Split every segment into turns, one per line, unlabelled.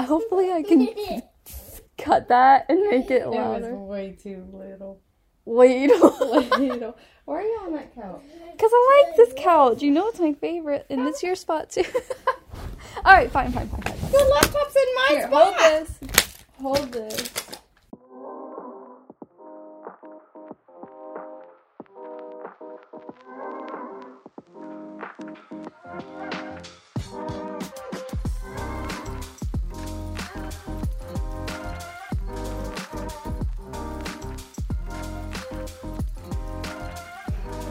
Uh, I can cut that and make it
It was
louder.
way too little.
Ladle.
Little. Why are you on that couch?
Because I like this couch. You know it's my favorite. And it's your spot too. Alright, fine, fine, fine, fine.
Your laptop's in my
Here, hold this. Hold this.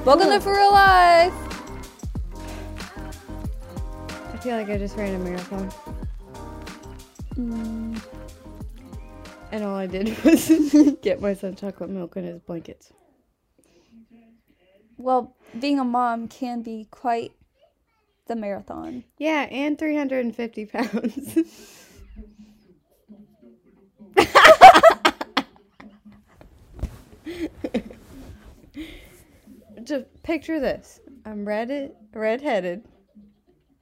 Welcome to For Real Life.
I feel like I just ran a marathon,
Mm.
and all I did was get my son chocolate milk and his blankets.
Well, being a mom can be quite the marathon.
Yeah, and 350 pounds. Just picture this. I'm red red-headed,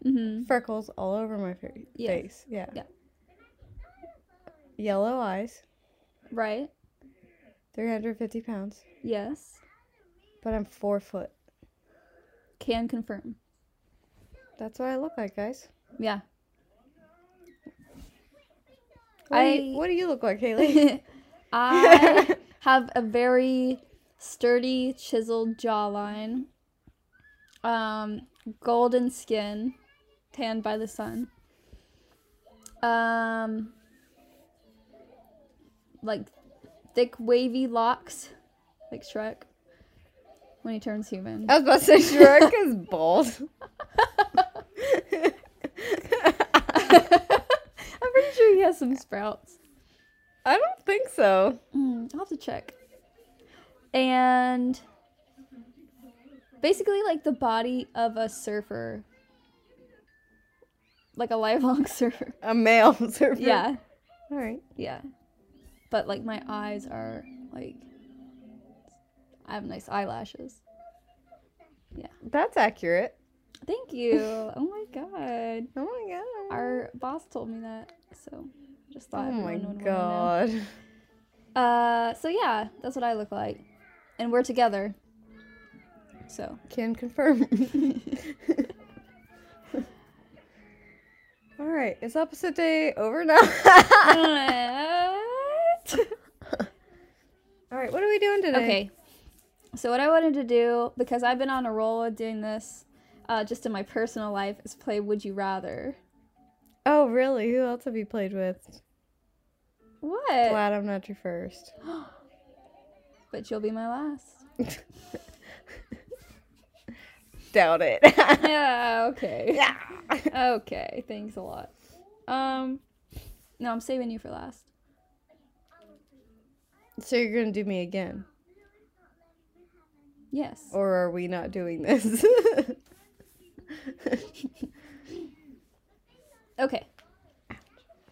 Mm-hmm.
freckles all over my fa-
Yeah.
face. Yeah.
Yeah.
Yellow eyes,
Right?
350 pounds,
Yes.
but I'm four foot.
Can confirm.
That's what I look like, guys.
Yeah.
What do you-
I-
what do you look like, Haley?
I have a very sturdy, chiseled jawline, um, golden skin, tanned by the sun. Um, like thick, wavy locks, like Shrek when he turns human.
I was about to say Shrek is bald.
I'm pretty sure he has some sprouts.
I don't think so.
Mm, I'll have to check. And basically, like the body of a surfer, like a lifelong surfer.
A male surfer.
Yeah,
All right.
yeah. But like my eyes are like, I have nice eyelashes.
That's accurate.
Thank you. Oh my god,
Oh my god.
our boss told me that, so I just thought.
oh my
everyone would wanna know.
god.
Uh, so yeah, that's what I look like, and we're together. So.
Can confirm. All right. Is opposite day over now?
What?
All right. What are we doing today?
okay. So what I wanted to do, because I've been on a roll of doing this, uh, just in my personal life, is play Would You Rather.
Oh really? Who else have you played with?
What?
Glad I'm not your first.
But you'll be my last.
Doubt it.
yeah. Okay.
yeah.
Okay. Thanks a lot. Um. No, I'm saving you for last.
So you're gonna do me again,
Yes.
or are we not doing this?
Okay.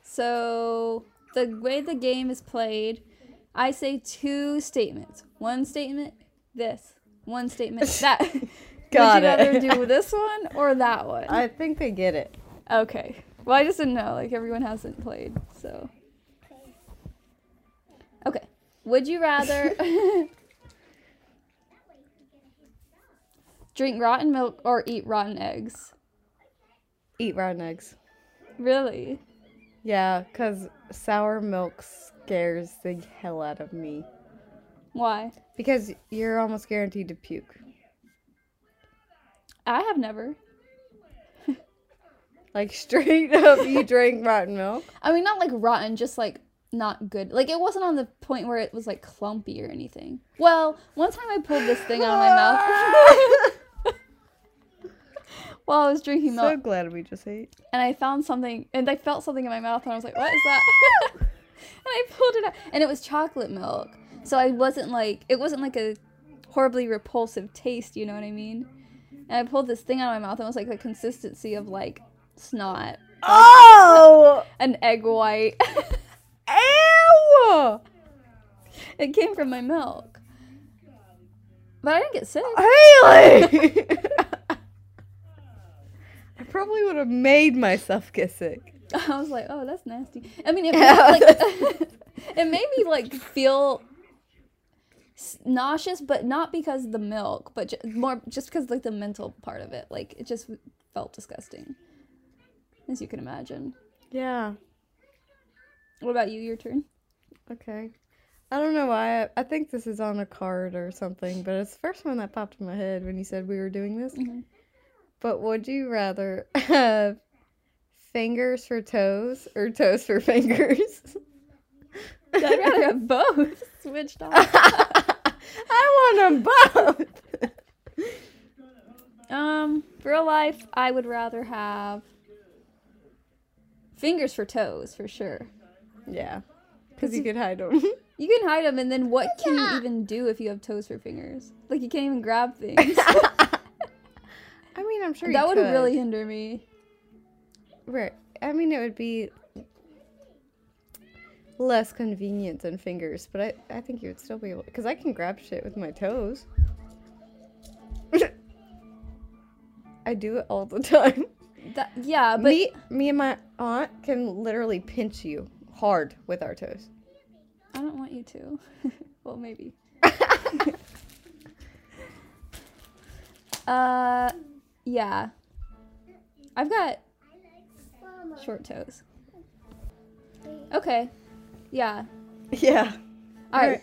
So the way the game is played, I say two statements. One statement, this. One statement, that.
Got
Would you rather
it.
do this one or that one?
I think they get it.
okay. Well, I just didn't know. Like everyone hasn't played, so. Okay. Would you rather drink rotten milk or eat rotten eggs?
Eat rotten eggs.
Really?
Yeah, because sour milk scares the hell out of me.
Why?
Because you're almost guaranteed to puke.
I have never.
Like, straight up, you drink rotten milk.
I mean, not like rotten, just like not good. Like it wasn't on the point where it was like clumpy or anything. Well, one time I pulled this thing out of my mouth while I was drinking
so
milk,
glad we just ate.
and I found something, and I felt something in my mouth, and I was like, "What is that?" and I pulled it out, and it was chocolate milk. So I wasn't like it wasn't like a horribly repulsive taste. You know what I mean? And I pulled this thing out of my mouth, and it was like the consistency of like snot,
Oh!
an egg white.
Ew!
It came from my milk. But I didn't get sick.
Haley! I probably would have made myself get sick.
I was like, oh, that's nasty. I mean, it made, like, it made me like feel s- nauseous, but not because of the milk, but ju- more just because like the mental part of it. Like it just felt disgusting, as you can imagine.
Yeah.
What about you? Your turn.
Okay. I don't know why. I, I think this is on a card or something, but it's the first one that popped in my head when you said we were doing this.
Mhm.
But would you rather have fingers for toes or toes for fingers?
I'd rather have both switched off.
I want them both.
Um, real life, I would rather have fingers for toes for sure.
yeah. Because
you-
you could hide them.
You can hide them, and then what can you even do if you have toes for fingers? Like you can't even grab things.
I mean, I'm sure you
that would
could.
really hinder me.
Right. I mean, it would be less convenient than fingers, but I, I think you would still be able because I can grab shit with my toes. I do it all the time.
That yeah, but
me, me and my aunt can literally pinch you hard with our toes.
I don't want you to. well, maybe. uh, yeah. I've got short toes. Okay. Yeah.
Yeah.
All right.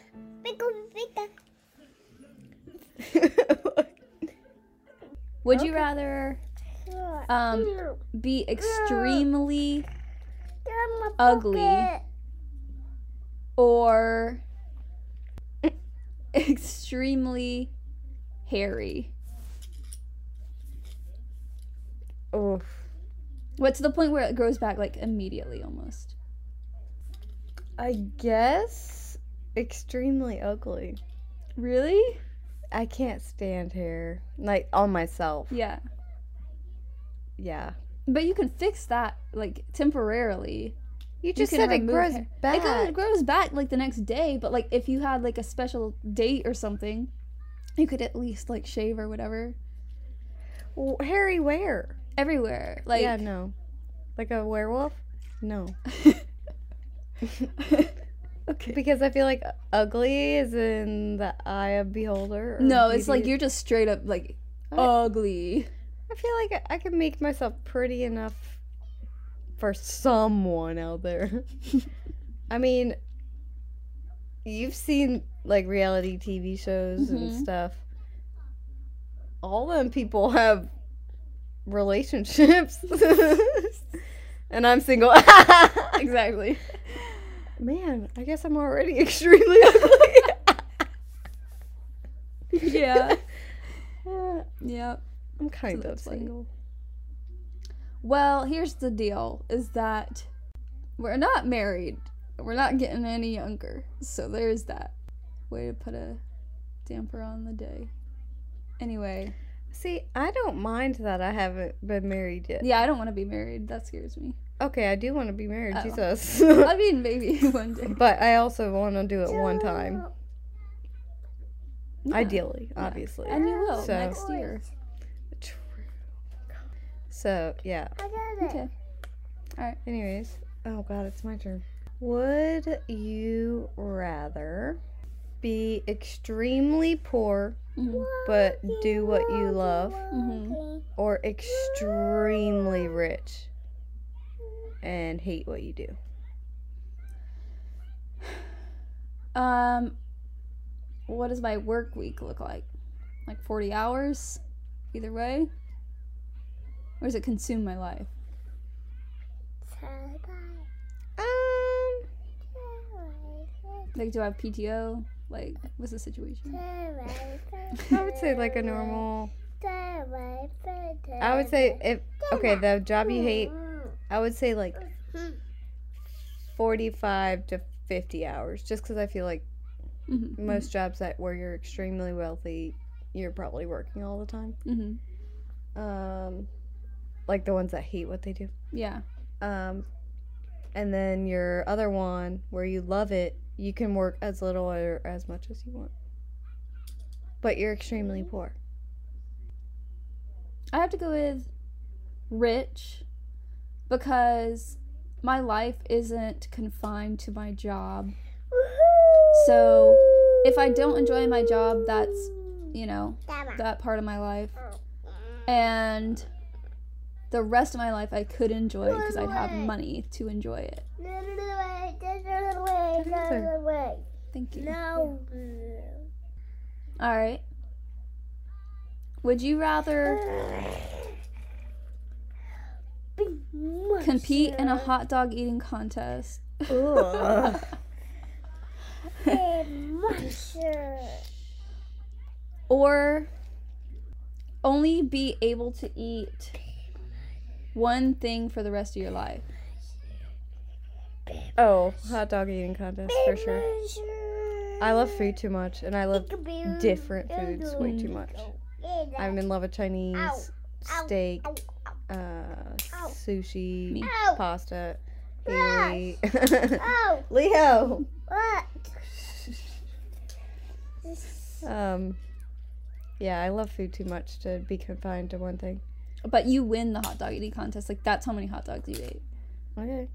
Would you rather um be extremely ugly or extremely hairy?
Oof.
What's the point where it grows back like immediately almost?
I guess extremely ugly.
Really?
I can't stand hair. Like on myself.
Yeah.
Yeah.
But you can fix that like temporarily.
You just
can
said it
remove
grows
hair.
back.
It goes, grows back like the next day, but like if you had like a special date or something, you could at least like shave or whatever
W- hairy where?
everywhere. Like
yeah, no. Like a werewolf? No.
okay.
Because I feel like ugly is in the eye of beholder. or
No, it's like
beauty-
you're just straight up like
I-
ugly.
I feel like I I can make myself pretty enough for someone out there. I mean, you've seen like reality TV shows and
Mhm.
stuff. All them people have relationships. and I'm single.
Exactly.
Man, I guess I'm already extremely ugly.
yeah.
Uh,
Yeah.
I'm kind of
that's like-
single.
Well, here's the deal is that we're not married. We're not getting any younger. So there's that. Way to put a damper on the day. Anyway.
See, I don't mind that I haven't been married yet.
Yeah, I don't want to be married. That scares me.
Okay, I do want to be married,
Oh.
Jesus.
I mean, maybe one day.
but I also want to do it one time,
Yeah.
ideally,
Yeah.
obviously.
And you will
So-
next year.
True. So yeah.
Okay.
Anyways, oh god, it's my turn. Would you rather be extremely poor
hmm
but do what you love,
hmm
or extremely rich and hate what you do?
Um, what does my work week look like? Like 40 hours? Either way? Or does it consume my life?
Um,
Like, do I have PTO? Like, what's the situation?
I would say like a normal. I would say if okay, the job you hate. I would say like forty-five to fifty hours, just because I feel like
hmm
most jobs that where you're extremely wealthy, you're probably working all the time.
hmm
Um, like the ones that hate what they do.
Yeah.
Um, and then your other one where you love it, you can work as little or as much as you want, but you're extremely poor.
I have to go with rich because my life isn't confined to my job. So if I don't enjoy my job, that's, you know, that part of my life. And the rest of my life I could enjoy because I'd have money to enjoy it. Thank you.
No.
All right. Would you rather compete in a hot dog eating contest?
Ugh.
monster.
or only be able to eat one thing for the rest of your life.
oh, hot dog eating contest for sure. I love food too much, and I love different foods way too much. I'm in love with Chinese steak, uh, sushi,
Me.
Ow.
pasta, Haley.
Oh,
Leo.
what?
Um, yeah, I love food too much to be confined to one thing.
But you win the hot dog eating contest. Like that's how many hot dogs you ate.
Okay.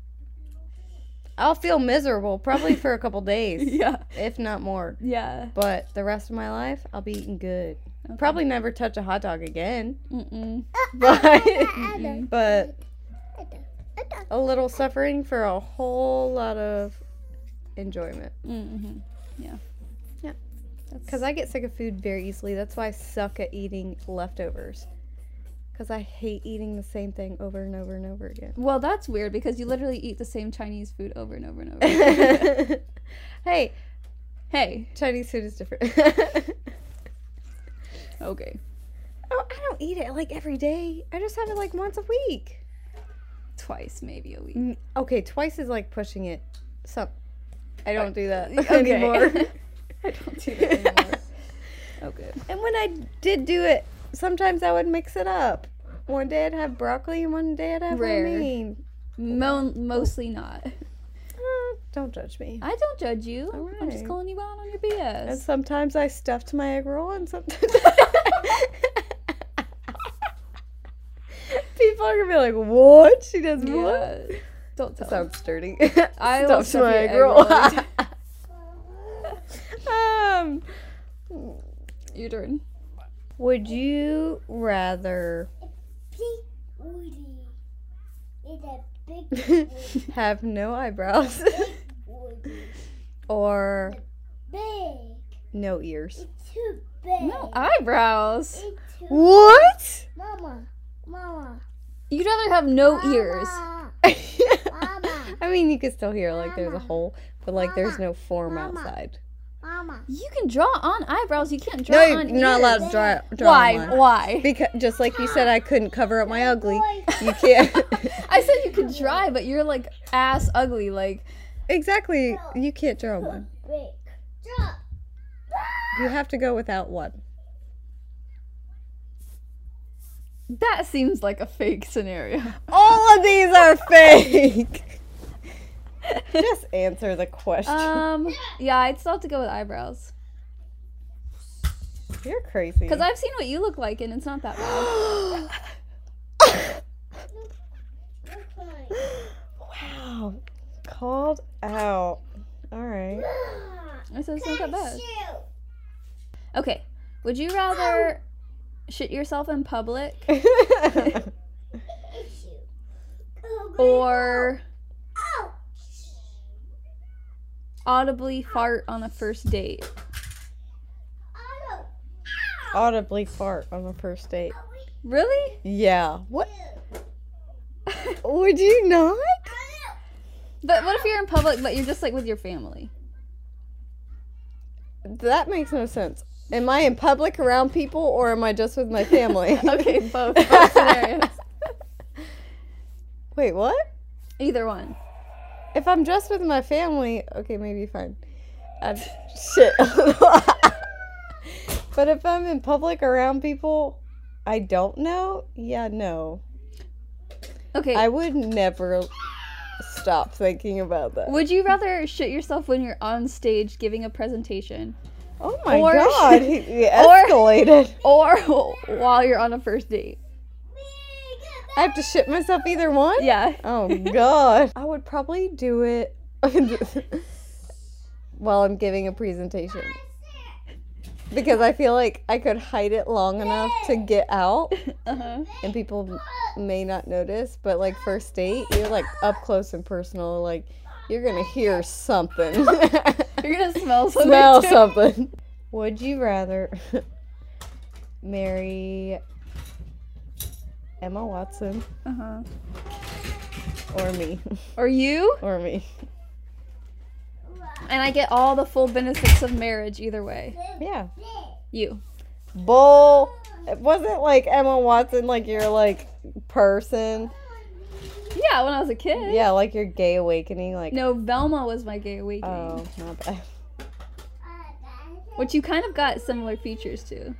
I'll feel miserable probably for a couple days,
Yeah.
if not more.
Yeah.
But the rest of my life, I'll be eating good.
Okay.
Probably never touch a hot dog again,
Mm-mm.
but
Mm-mm.
but a little suffering for a whole lot of enjoyment.
Mm-hmm. Yeah.
Yeah.
That's
Because I get sick of food very easily. That's why I suck at eating leftovers. Because I hate eating the same thing over and over and over again.
Well, that's weird because you literally eat the same Chinese food over and over and over.
hey,
hey,
Chinese food is different.
okay.
oh, I don't eat it like every day. I just have it like once a week.
Twice maybe a week.
Mm, Okay, twice is like pushing it. So I don't do that
Uh, Okay.
anymore.
I don't do that anymore. okay.
and when I did do it, sometimes I would mix it up. One day I'd have broccoli and one day I'd have
Rare.
romaine.
Mo- mostly not.
Uh, don't judge me.
I don't judge you.
All
I'm just
right.
calling you out on your
And
BS.
sometimes I stuffed my egg roll, and sometimes people are gonna be like, "What? She does what?"
Yeah. Don't tell.
Sounds dirty.
I will
stuffed
stuff
my
your
egg
egg
roll. um,
Your turn.
would you rather
Big Woody. It's a big
have no eyebrows
Woody.
or
Big.
no ears?
It's too big.
No eyebrows.
It's too
What?
Mama. Mama.
You'd rather have no ears.
Mama.
I mean, you can still hear like there's a hole, but like there's no form
Mama.
outside.
Mama.
You can draw on eyebrows. You can't draw
No, you're
on
not allowed to
ears.
draw. draw
Why?
mine.
Why?
Because just like you said, I couldn't cover up my ugly.
Boy.
You can't.
I said you could try, but you're like ass ugly. Like
exactly. You can't draw one.
Big. Drop.
You have to go without one.
that seems like a fake scenario.
All of these are fake. Uh, just answer the question.
Um, yeah, I'd still have to go with eyebrows
You're crazy.
because I've seen what you look like, and it's not that bad.
Okay.
wow. Called out. All right.
I said it's not that bad.
Shoot.
Okay, would you rather shit yourself in public
It's you. Oh, great.
or
Oh.
audibly fart on a first date?
Oh.
Audibly fart on the first date.
Really?
Yeah. What? Would you not?
But what if you're in public, but you're just like with your family?
That makes no sense. Am I in public around people or am I just with my family?
Okay, both, both scenarios.
Wait, what?
Either one.
If I'm just with my family, okay, maybe fine. I'd, shit. but if I'm in public around people I don't know, yeah, no.
Okay.
I would never stop thinking about that.
would you rather shit yourself when you're on stage giving a presentation
Oh my
or-
god, he he
or-
escalated.
or while you're on a first date?
Me, get
I have to shit myself either one?
Yeah.
Oh god. I would probably do it while I'm giving a presentation because I feel like I could hide it long enough to get out
Uh-huh.
and people may not notice, but like first date, you're like up close and personal like you're going to hear something.
You're gonna smell something.
Smell
too.
something. Would you rather marry Emma Watson
Uh-huh.
or me?
Or you?
Or me.
And I get all the full benefits of marriage either way.
Yeah.
You.
Bull. It wasn't like Emma Watson, like your like person.
Yeah, when I was a kid.
Yeah, like your gay awakening. Like,
No, Velma was my gay awakening.
oh, not bad.
Which you kind of got similar features to.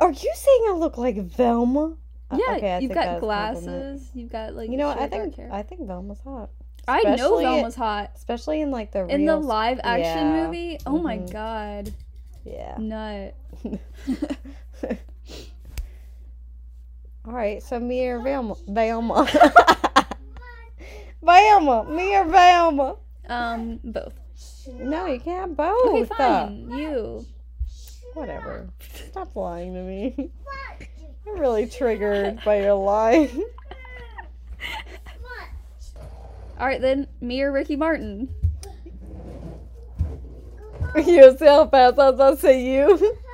Are you saying I look like Velma? Uh,
Yeah,
okay, I
you've
think that
got
was a compliment.
glasses. You've got like
You know, what?
short
I
dark
think
hair.
I think Velma's hot,
I know
especially-
Velma's hot
especially in like the
in the
real-
live action
yeah.
movie. Oh my
Mhm.
god,
Yeah.
nut.
All right, so me or Velma? Velma. Velma, me or Velma?
Um, both.
No, you can't have both.
Okay, fine. You.
Whatever. Stop lying to me. I'm really triggered by your lying.
All right then, me or Ricky Martin.
Yourself, as I was about to say you.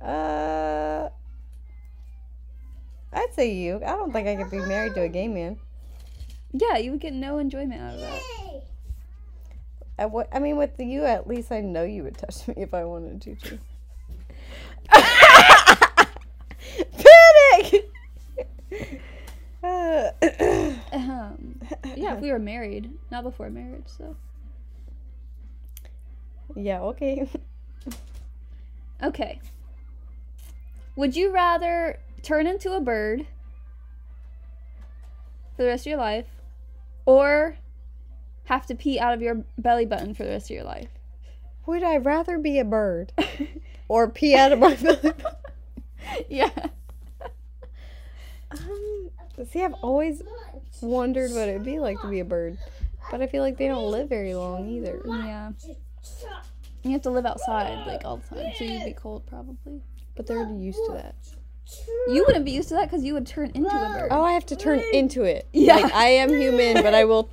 Uh, I'd say you. I don't think I could be married to a gay man.
Yeah, you would get no enjoyment out of that.
I, w- I mean, with you, at least I know you would touch me if I wanted you to. Panic! Uh,
Um, yeah, if we were married, not before marriage. So
yeah, okay.
okay. Would you rather turn into a bird for the rest of your life, or have to pee out of your belly button for the rest of your life?
Would I rather be a bird or pee out of my belly?
yeah.
Um, see, I've always wondered what it'd be like to be a bird, but I feel like they don't live very long either.
Yeah. You have to live outside like all the time, so you'd be cold probably.
But they're already used to that.
You wouldn't be used to that because you would turn into a bird.
Oh, I have to turn into it.
Yeah.
Like, I am human, but I will.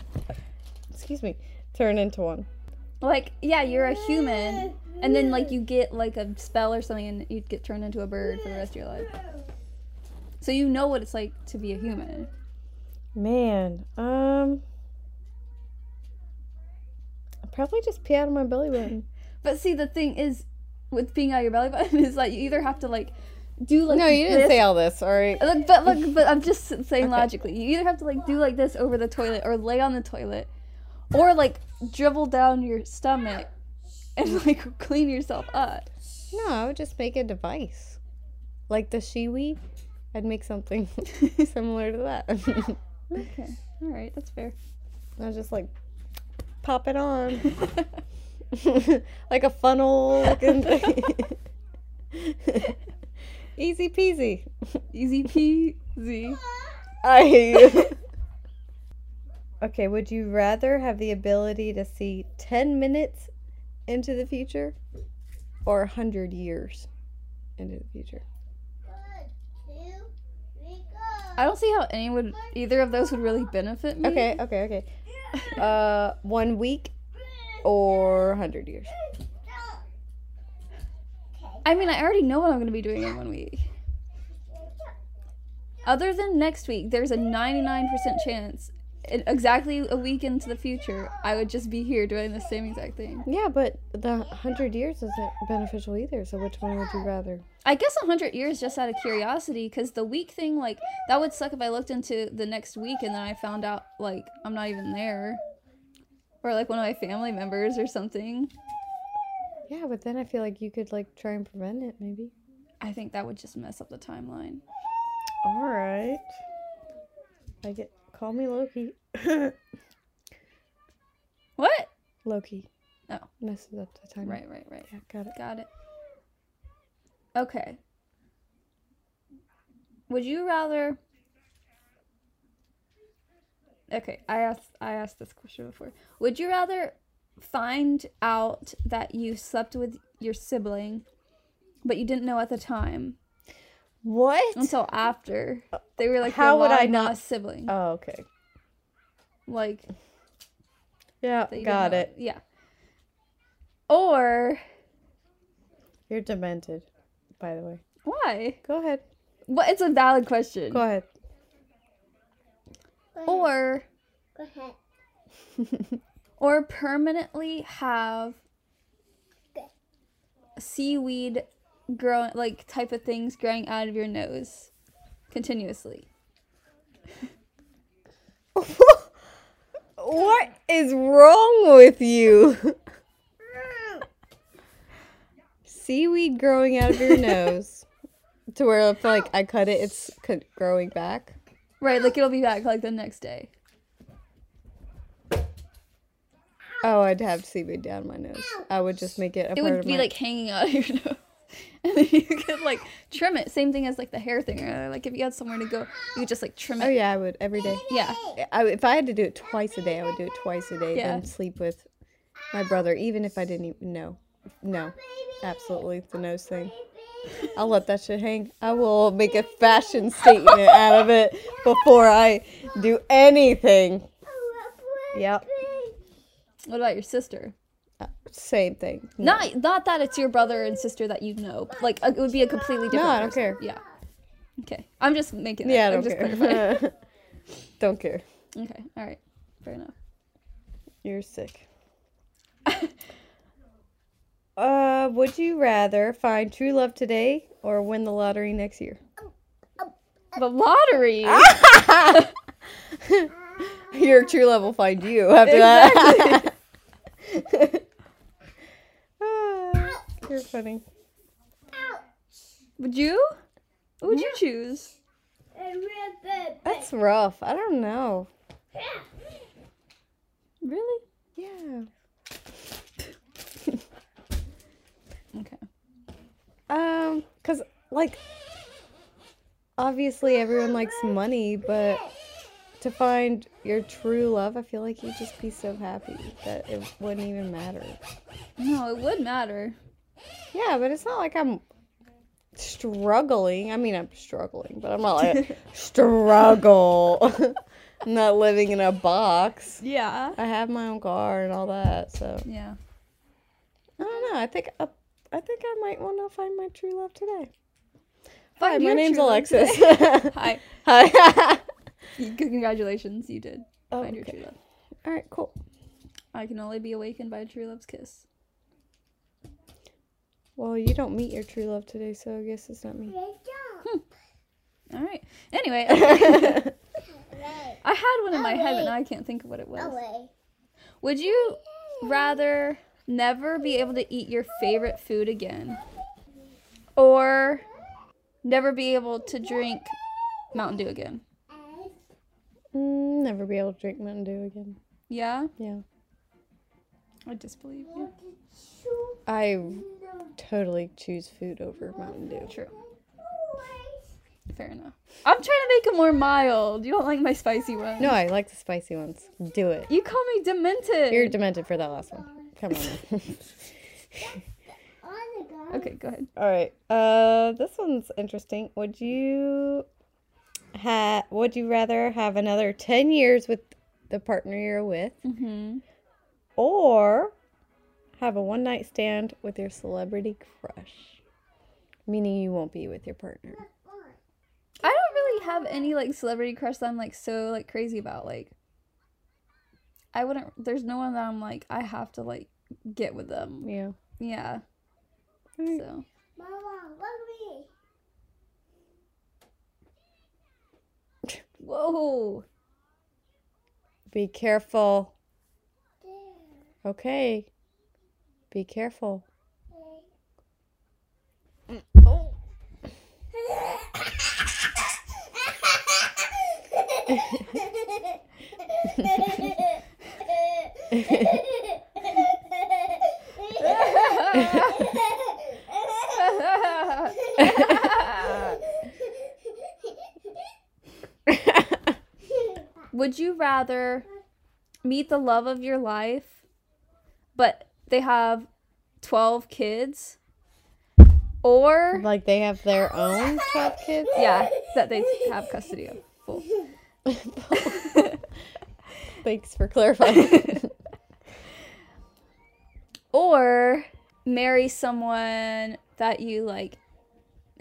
Excuse me. Turn into one.
Like, yeah, you're a human, and then like you get like a spell or something, and you'd get turned into a bird for the rest of your life. So you know what it's like to be a human.
Man, um, I'd probably just pee out of my belly button.
But see, the thing is, with being out of your belly button is like you either have to like do like
no, you didn't
this-
say all this. All right.
Look, but look, but I'm just saying
Okay.
logically. You either have to like do like this over the toilet, or lay on the toilet, or like dribble down your stomach and like clean yourself up.
No, I would just make a device, like the shiwi. I'd make something similar to that.
Okay, all right, that's fair.
I'll just like pop it on, like a funnel looking thing. Easy peasy.
Easy peasy.
I hate you. okay, would you rather have the ability to see 10 minutes into the future or 100 years into the future?
I don't see how anyone, either of those would really benefit me.
Okay, okay, okay. Uh, one week or 100 years?
I mean, I already know what I'm gonna be doing in one week. Other than next week, there's a 99% chance, in exactly a week into the future, I would just be here doing the same exact thing.
Yeah, but the 100 years isn't beneficial either, so which one would you rather?
I guess 100 years just out of curiosity, because the week thing, like, that would suck if I looked into the next week and then I found out, like, I'm not even there. Or, like, one of my family members or something.
Yeah, but then I feel like you could like try and prevent it maybe.
I think that would just mess up the timeline.
All right. I get call me Loki.
What?
Loki.
Oh.
Messes up the time.
Right, right, right.
Yeah, got it.
Got it. Okay. Would you rather? Okay, I asked I asked this question before. Would you rather find out that you slept with your sibling, but you didn't know at the time
What?
until after they were like,
How
your
would I
long
not-
lost sibling?"
Oh, okay.
like,
Yeah,
that you didn't
got
know-
it.
Yeah. Or
You're demented, by the way.
why?
Go ahead.
Well, it's a valid question.
Go ahead.
Go ahead.
Or
Go ahead.
or permanently have seaweed growing like type of things growing out of your nose continuously
what is wrong with you? Seaweed growing out of your nose. To where if like I cut it, it's co- growing back.
right like it'll be back like the next day
Oh, I'd have seaweed down my nose. I would just make it a
it
part
would
of
be
my-
like hanging out of your nose and then you could like trim it same thing as like the hair thing or like if you had somewhere to go you could just like trim
Oh
it
yeah, I would every day.
yeah
I, if I had to do it twice a day, I would do it twice a day.
Yeah.
Then sleep with my brother, even if I didn't even know. No, absolutely the nose thing. I'll let that shit hang. I will make a fashion statement out of it before I do anything. Yep,
what about your sister
same thing.
not not that it's your brother and sister that you know but, like it would be a completely different
No, I don't
person.
care.
yeah okay i'm just making that.
Yeah, I
I'm
don't
just clarifying.
care. don't care.
Okay, all right, fair enough.
You're sick. uh, would you rather find true love today or win the lottery next year?
The lottery.
Your true love will find you after that. Ah, You're funny.
Would you? What would you choose?
That's rough. I don't know.
Really?
Yeah.
Okay.
Um, cause like, obviously everyone likes money, but to find your true love, I feel like you'd just be so happy that it wouldn't even matter.
No, it would matter.
Yeah, but it's not like I'm struggling. I mean, I'm struggling, but I'm not like struggle. I'm not living in a box.
Yeah.
I have my own car and all that, so
Yeah.
I don't know. I think uh, I think I might want to find my true love today.
Find
Hi, my
your
name's
true love
Alexis.
Hi.
Hi.
You- Congratulations, you did
Oh,
find your
okay.
true love.
All right, cool.
I can only be awakened by a true love's kiss.
Well, you don't meet your true love today, so I guess it's not me.
All right. Anyway,
I
I had one in my head, but now I can't think of what it was. Would you rather never be able to eat your favorite food again, or never be able to drink Mountain Dew again?
Mm, Never be able to drink Mountain Dew again.
Yeah,
Yeah.
I disbelieve you.
I totally choose food over Mountain Dew.
True. Fair enough. I'm trying to make it more mild. You don't like my spicy one.
No, I like the spicy ones. Do it.
You call me demented.
You're demented for that last one. Come on.
okay, go ahead.
All right. Uh, this one's interesting. Would you ha- Would you rather have another ten years with the partner you're with,
Mm-hmm.
or have a one night stand with your celebrity crush? Meaning you won't be with your partner.
I don't really have any like celebrity crush that I'm like so like crazy about. Like, I wouldn't. There's no one that I'm like I have to like get with them.
Yeah.
Yeah.
Alright.
So whoa.
Be careful. Okay. Be careful.
Oh. Would you rather meet the love of your life, but they have 12 kids? Or,
Like they have their own twelve kids.
yeah, that they have custody of. Full.
Thanks for clarifying.
or marry someone that you like,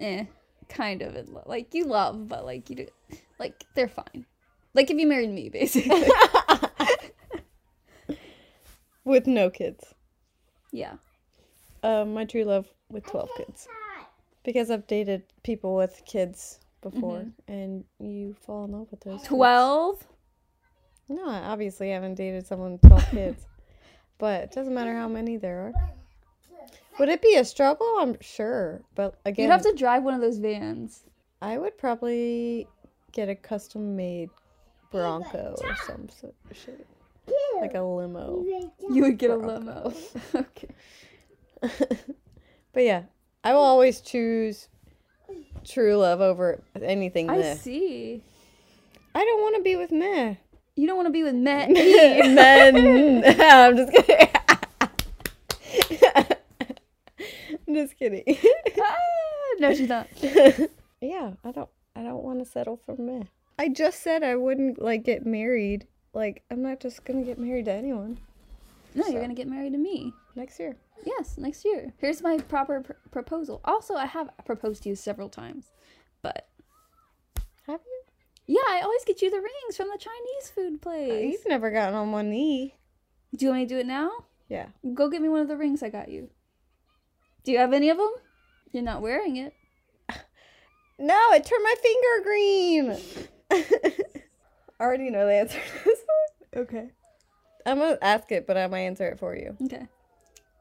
eh, kind of in lo- like you love, but like you do, like they're fine. Like if you married me, basically.
with no kids.
yeah.
Um, my true love with twelve kids. Because I've dated people with kids before, and you fall in love with those. kids.
12?
No, I obviously haven't dated someone with twelve kids, but it doesn't matter how many there are. Would it be a struggle? I'm sure, but again,
You'd have to drive one of those vans.
I would probably get a custom made Bronco or some sort of shit. Like a limo.
You would get a
Bronco.
limo. okay.
but yeah, I will always choose true love over anything
I
this.
see.
I don't want to be with men.
You don't want to be with men.
men. I'm just kidding. I'm just kidding.
Ah, no, she's not.
yeah, I don't I don't want to settle for men. I just said I wouldn't like get married. Like I'm not just going to get married to anyone
No, you're
So.
going to get married to me.
next year.
Yes, next year. Here's my proper pr- proposal. Also, I have proposed to you several times. But
Have you?
yeah, I always get you the rings from the Chinese food place.
You've never gotten on one knee.
Do you want me to do it now?
Yeah.
Go get me one of the rings I got you. Do you have any of them? You're not wearing it.
No, it turned my finger green. I already know the answer to this one. Okay. I'm gonna ask it, but I'm gonna answer it for you.
Okay.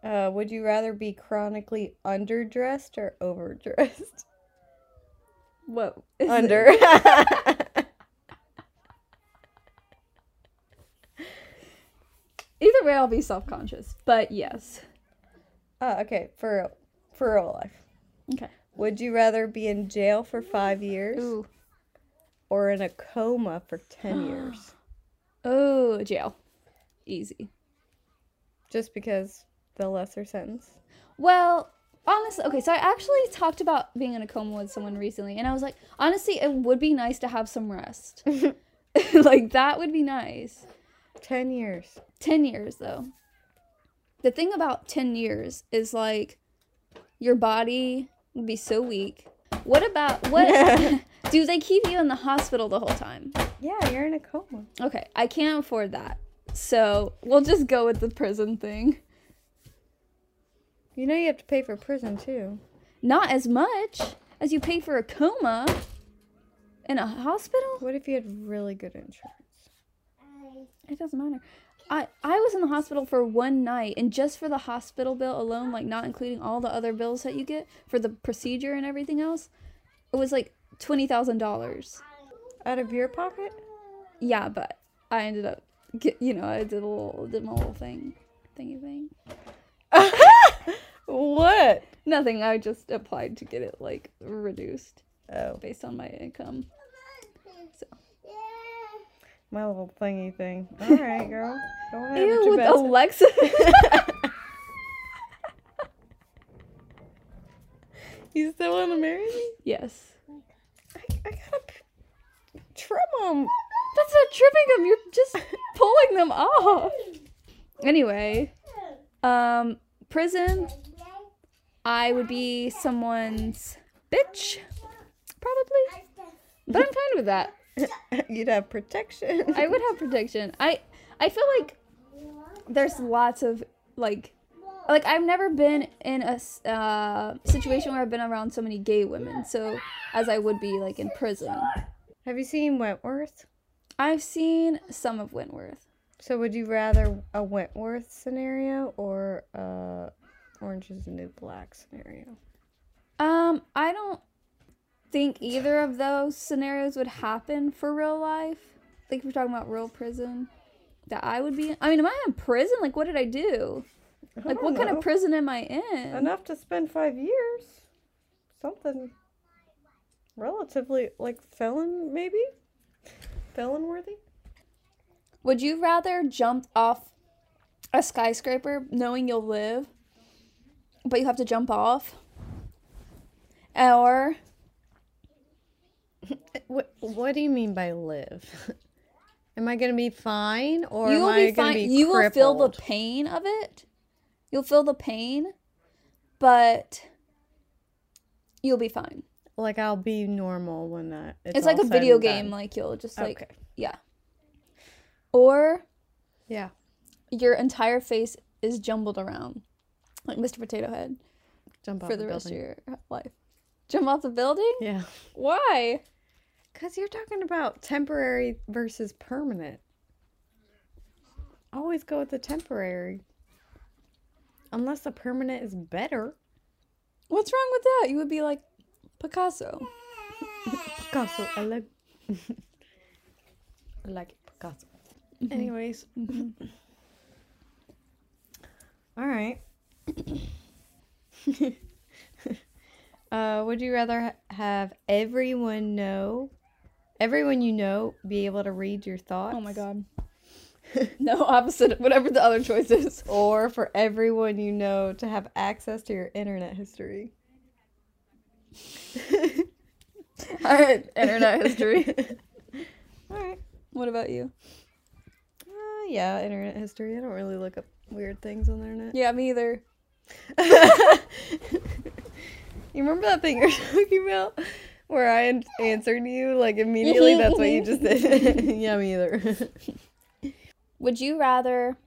Uh, would you rather be chronically underdressed or overdressed?
What? is it?
Under.
Either way, I'll be self conscious. But yes.
uh, okay, for real, for real life.
Okay.
Would you rather be in jail for five years
Ooh.
or in a coma for ten years?
Oh, jail. Easy.
Just because the lesser sentence.
Well, honestly, okay, so I actually talked about being in a coma with someone recently, and I was like, honestly, it would be nice to have some rest. like, that would be nice.
Ten years.
10 years, though. The thing about 10 years is like, your body would be so weak. What about, what, do they keep you in the hospital the whole time?
Yeah, you're in a coma.
Okay, I can't afford that. So we'll just go with the prison thing.
You know you have to pay for prison too.
Not as much as you pay for a coma in a hospital.
What if you had really good insurance?
It doesn't matter. I, I was in the hospital for one night, and just for the hospital bill alone, like not including all the other bills that you get for the procedure and everything else, it was like $20,000.
Out of your pocket?
Yeah, but I ended up, get, you know, I did a little, did my little thing, thingy thing.
What?
Nothing, I just applied to get it like reduced.
Oh,
based on my income.
my little thingy thing. All right, girl. Go ahead. with
Ew,
your
with
best.
Alexa.
You still want to marry me?
yes.
I, I gotta p- trim them.
That's not tripping them. You're just pulling them off. Anyway, um, prison. I would be someone's bitch, probably. But I'm fine with that.
You'd have protection.
I would have protection. I I feel like there's lots of like like I've never been in a s- uh, situation where I've been around so many gay women. So as I would be like in prison.
have you seen Wentworth?
I've seen some of Wentworth.
So would you rather a Wentworth scenario or a Orange is the New Black scenario?
Um, I don't think either of those scenarios would happen for real life. Like if we're talking about real prison that I would be in. I mean, am I in prison? Like what did I do? Like what kind of prison am I in?
enough to spend five years. Something relatively like felon, maybe? Felon worthy?
Would you rather jump off a skyscraper knowing you'll live, but you have to jump off? Or
What Eh, What do you mean by live? Am I gonna be fine, or
you
am
will
I
be
gonna
fine.
be
you will feel the
crippled?
pain of it. You'll feel the pain, but you'll be fine.
like I'll be normal when that.
It's, like
all
a
said
video
and done.
game. Like you'll just like
Okay.
yeah. Or
Yeah.
your entire face is jumbled around, like Mr. Potato Head,
Jump off
for
the,
the rest of
building.
your life. Jump off the building?
Yeah.
Why?
Because you're talking about temporary versus permanent. Always go with the temporary. Unless the permanent is better.
What's wrong with that? You would be like Picasso.
Picasso, I like. I like Picasso. Anyways. All right. uh, would you rather ha- have everyone know, everyone you know, be able to read your thoughts?
Oh my god. no, opposite of whatever the other choice is.
or for everyone you know to have access to your internet history.
All right, internet history.
All right.
What about you?
Uh, yeah, internet history. I don't really look up weird things on the internet.
Yeah, me either.
you remember that thing you're talking about where I an- answered you like immediately? That's what you just did. yeah, me either.
Would you rather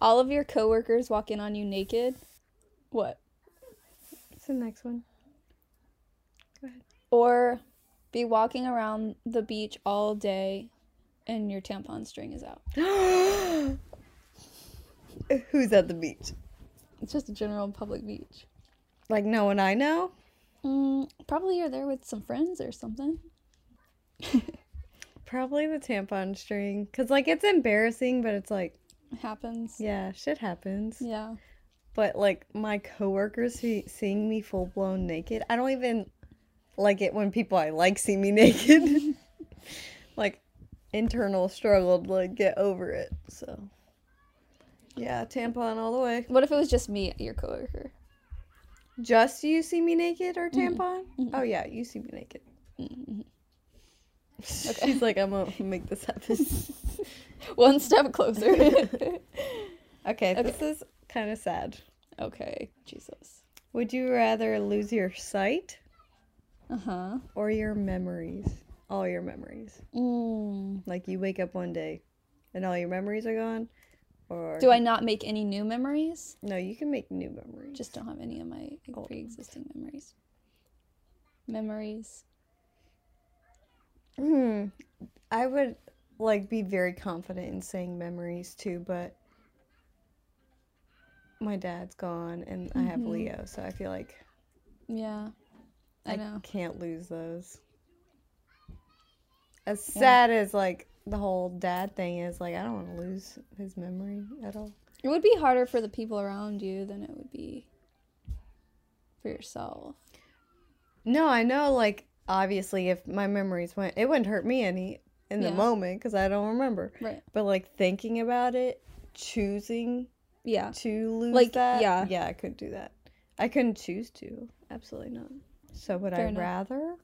all of your coworkers walk in on you naked? What?
What's the next one? Go ahead.
Or be walking around the beach all day and your tampon string is out?
Who's at the beach?
It's just a general public beach.
Like no one I know?
Mm, probably you're there with some friends or something.
Probably the tampon string. Cause like it's embarrassing, but it's like,
It happens.
yeah, shit happens.
Yeah.
But like my coworkers who seeing me full blown naked, I don't even like it when people I like see me naked. like internal struggle to like get over it. So yeah, tampon all the way.
What if it was just me, your coworker?
Just you see me naked or tampon? Oh yeah, you see me naked. She's like, I'm gonna make this happen.
One step closer.
okay,
Okay.
this is kind of sad.
okay, Jesus.
Would you rather lose your sight
Uh huh.
or your memories? All your memories.
Mm.
Like you wake up one day and all your memories are gone? Or
Do I not make any new memories?
No, you can make new memories.
Just don't have any of my
Old
pre existing memories. Memories.
Hmm. I would like be very confident in saying memories too, but my dad's gone and I have
Mm-hmm.
Leo, so I feel like
Yeah. I,
I,
know.
can't lose those. As sad as like the whole dad thing is, like I don't want to lose his memory at all.
It would be harder for the people around you than it would be for yourself.
No, I know. Like obviously, if my memories went, it wouldn't hurt me any in the
Yeah.
moment because I don't remember.
Right.
But like thinking about it, choosing
Yeah.
to lose
Like,
that,
yeah.
yeah, I could do that. I couldn't choose to. Absolutely not. So would I
Fair enough.
rather?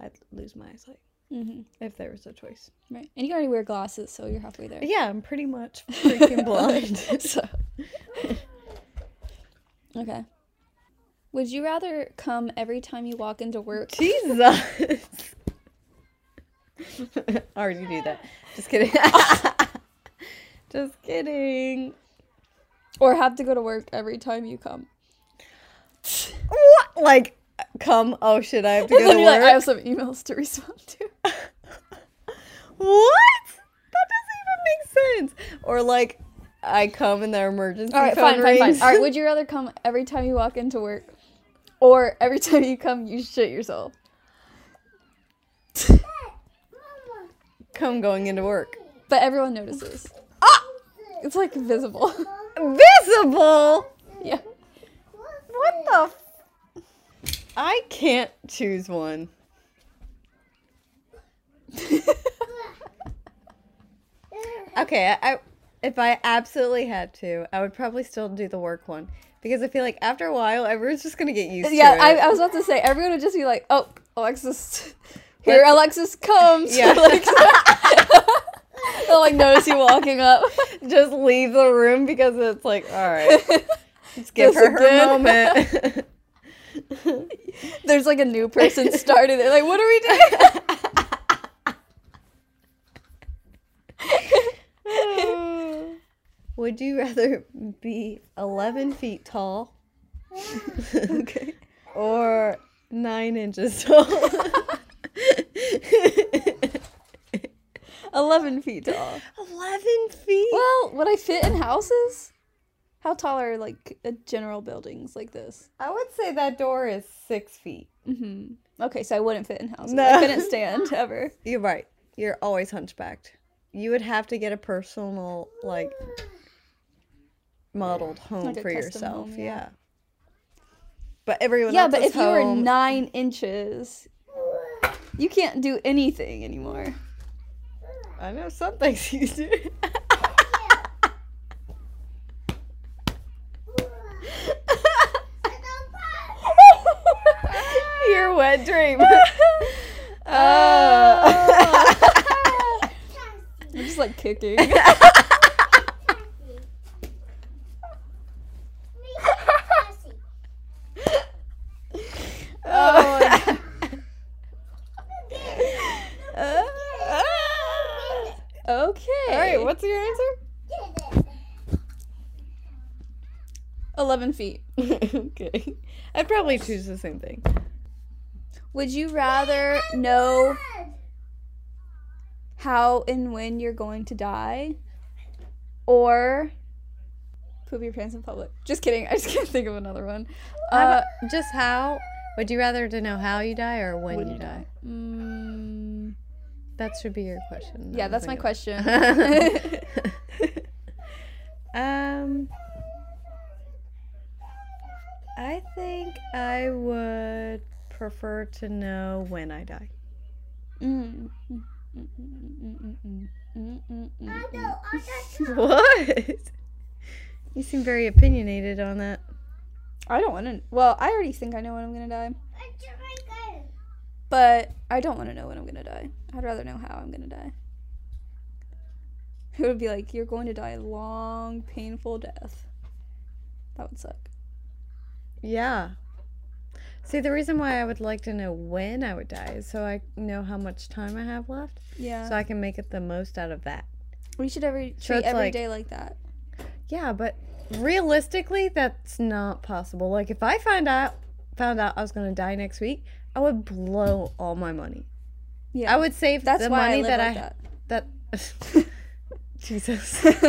I'd lose my eyesight
hmm
if there was a choice.
Right. And you already wear glasses, so you're halfway there.
Yeah, I'm pretty much freaking blind.
so. okay. Would you rather come every time you walk into work?
Jesus. I already knew that. Just kidding. Just kidding.
Or have to go to work every time you come?
What? Like, come? Oh shit! I have to
And
go
then
to
you're
work.
like, I have some emails to respond to.
what? That doesn't even make sense. Or like, I come and their emergency
All right, fine,
phone
fine, fine.
rings.
All right, would you rather come every time you walk into work, or every time you come you shit yourself?
Mama.
come going into work. Ah,
But everyone notices. It's like visible.
Visible.
yeah.
What the? F- I can't choose one. Okay, I, I if I absolutely had to, I would probably still do the work one because I feel like after a while, everyone's just gonna get used
yeah,
to
I,
it.
I was about to say everyone would just be like, "Oh, Alexis, here Alexis comes."
Yeah.
Alexis. They'll like notice you walking up.
just leave the room because it's like, all right, let's give
This
her her
again?
moment.
There's like a new person started. They're like, "What are we doing?"
Would you rather be 11 feet tall? okay. Or 9 inches tall?
Eleven feet tall.
11 feet?
Well, would I fit in houses? How tall are like uh, general buildings like this?
I would say that door is 6 feet.
hmm Okay, so I wouldn't fit in houses.
Mm-hmm. No.
I couldn't stand ever.
You're right. You're always hunchbacked. You would have to get a personal, like, modeled home
Like a
for
custom
yourself.
home,
yeah.
yeah.
But everyone
yeah,
else's
but if you were
home-
nine inches, you can't do anything anymore.
I know some things you do. Your wet dream. Oh.
I'm just like kicking.
oh.
okay.
All right, what's your answer?
Eleven feet.
okay. I'd probably choose the same thing.
Would you rather know how and when you're going to die, or poop your pants in public? Just kidding. I just can't think of another one. Uh,
Just how? Would you rather to know how you die or when, you die?
mm,
That should be your question.
yeah,
I'm
that's my question.
thinking. um, I think I would prefer to know when I die.
Mm, mm, mm, mm, mm, mm, mm, mm, mm.
What? You seem very opinionated on that.
I don't want to. Well, I already think I know when I'm gonna die, but I don't want to know when I'm gonna die. I'd rather know how I'm gonna die. It would be like you're going to die a long, painful death. That would suck.
Yeah. See, the reason why I would like to know when I would die is so I know how much time I have left,
Yeah.
so I can make it the most out of that.
we should every
So
treat
it's
every
like-
day like, that.
Yeah, but realistically, that's not possible. Like, if I find out found out I was gonna die next week, I would blow all my money.
Yeah.
I would save
That's
the
why
money
I live like
that I
that.
that. Jesus.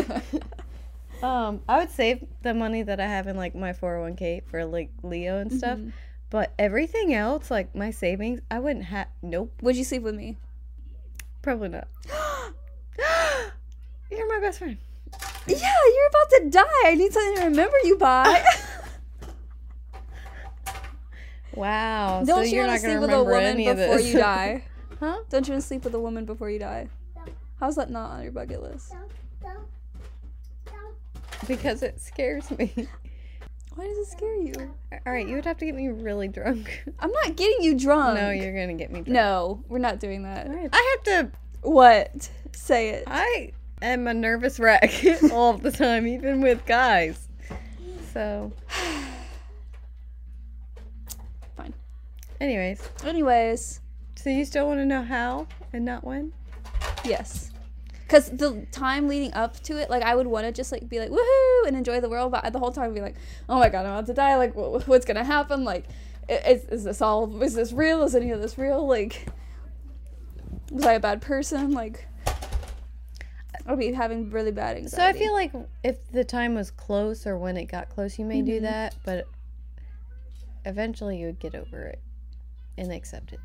um, I would save the money that I have in like my four hundred one k for like Leo and stuff,
Mhm.
but everything else, like my savings, I wouldn't have. Nope,
Would you sleep with me?
probably not. You're my best friend.
Yeah, you're about to die. I need something to remember you by.
Wow.
Don't
so
you
you're
want to
not gonna
sleep with a
remember
woman
any of
before
this.
you die?
huh?
Don't you want to sleep with a woman before you die? How's that not on your bucket list?
Because it scares me.
Why does it scare you?
All right, you would have to get me really drunk.
I'm not getting you drunk.
no, you're gonna get me drunk.
No, we're not doing that.
All right. I have to.
What? Say it.
I am a nervous wreck all the time, even with guys. So,
Fine.
anyways,
Anyways,
so you still want to know how and not when?
yes. Cause the time leading up to it, like I would want to just like be like woohoo and enjoy the world, but the whole time I'd be like, oh my god, I'm about to die. Like, wh- wh- what's gonna happen? Like, i- is is this all? Is this real? Is any of this real? Like, was I a bad person? Like, I'll be having really bad anxiety.
So I feel like if the time was close or when it got close, you may
Mm-hmm.
do that, but eventually you would get over it and accept it.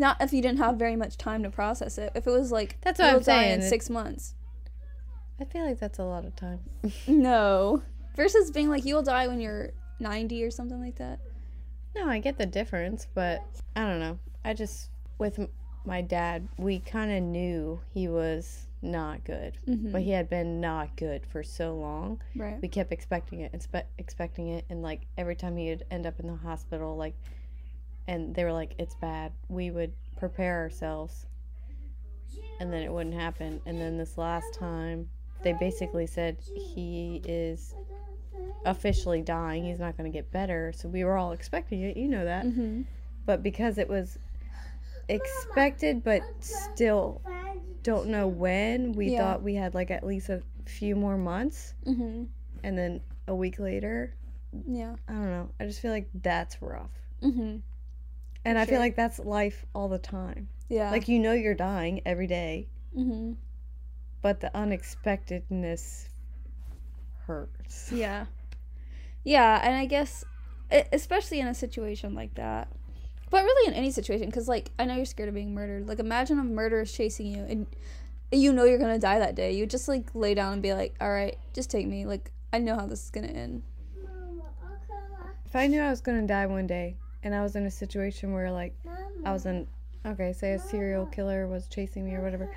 Not if you didn't have very much time to process it. If it was like
That's what I'm
you'll die in
saying.
six months.
I feel like that's a lot of time.
No. Versus being like you'll die when you're ninety or something like that.
No, I get the difference, but I don't know. I just with m- my dad, we kind of knew he was not good,
Mm-hmm.
but he had been not good for so long.
right.
We kept expecting it, inspe- expecting it, and like every time he would end up in the hospital, like, and they were like, "It's bad." We would prepare ourselves, and then it wouldn't happen. And then this last time, they basically said he is officially dying. He's not going to get better. So we were all expecting it. You know that
Mm-hmm.
but because it was expected but still don't know when we
Yeah.
thought we had like at least a few more months
Mm-hmm.
and then a week later
Yeah.
i don't know i just feel like that's rough
Mm-hmm.
and i
sure.
feel like that's life all the time
Yeah.
like you know you're dying every day
Mm-hmm.
but the unexpectedness hurts
Yeah. Yeah, and I guess e- especially in a situation like that. But really in any situation cuz like I know you're scared of being murdered. Like imagine a murderer is chasing you and you know you're going to die that day. You just like lay down and be like, "All right, just take me." Like I know how this is going to end.
Mama, I'll come
if i knew i was going to die one day and i was in a situation where like i was in okay say a serial killer was chasing me or whatever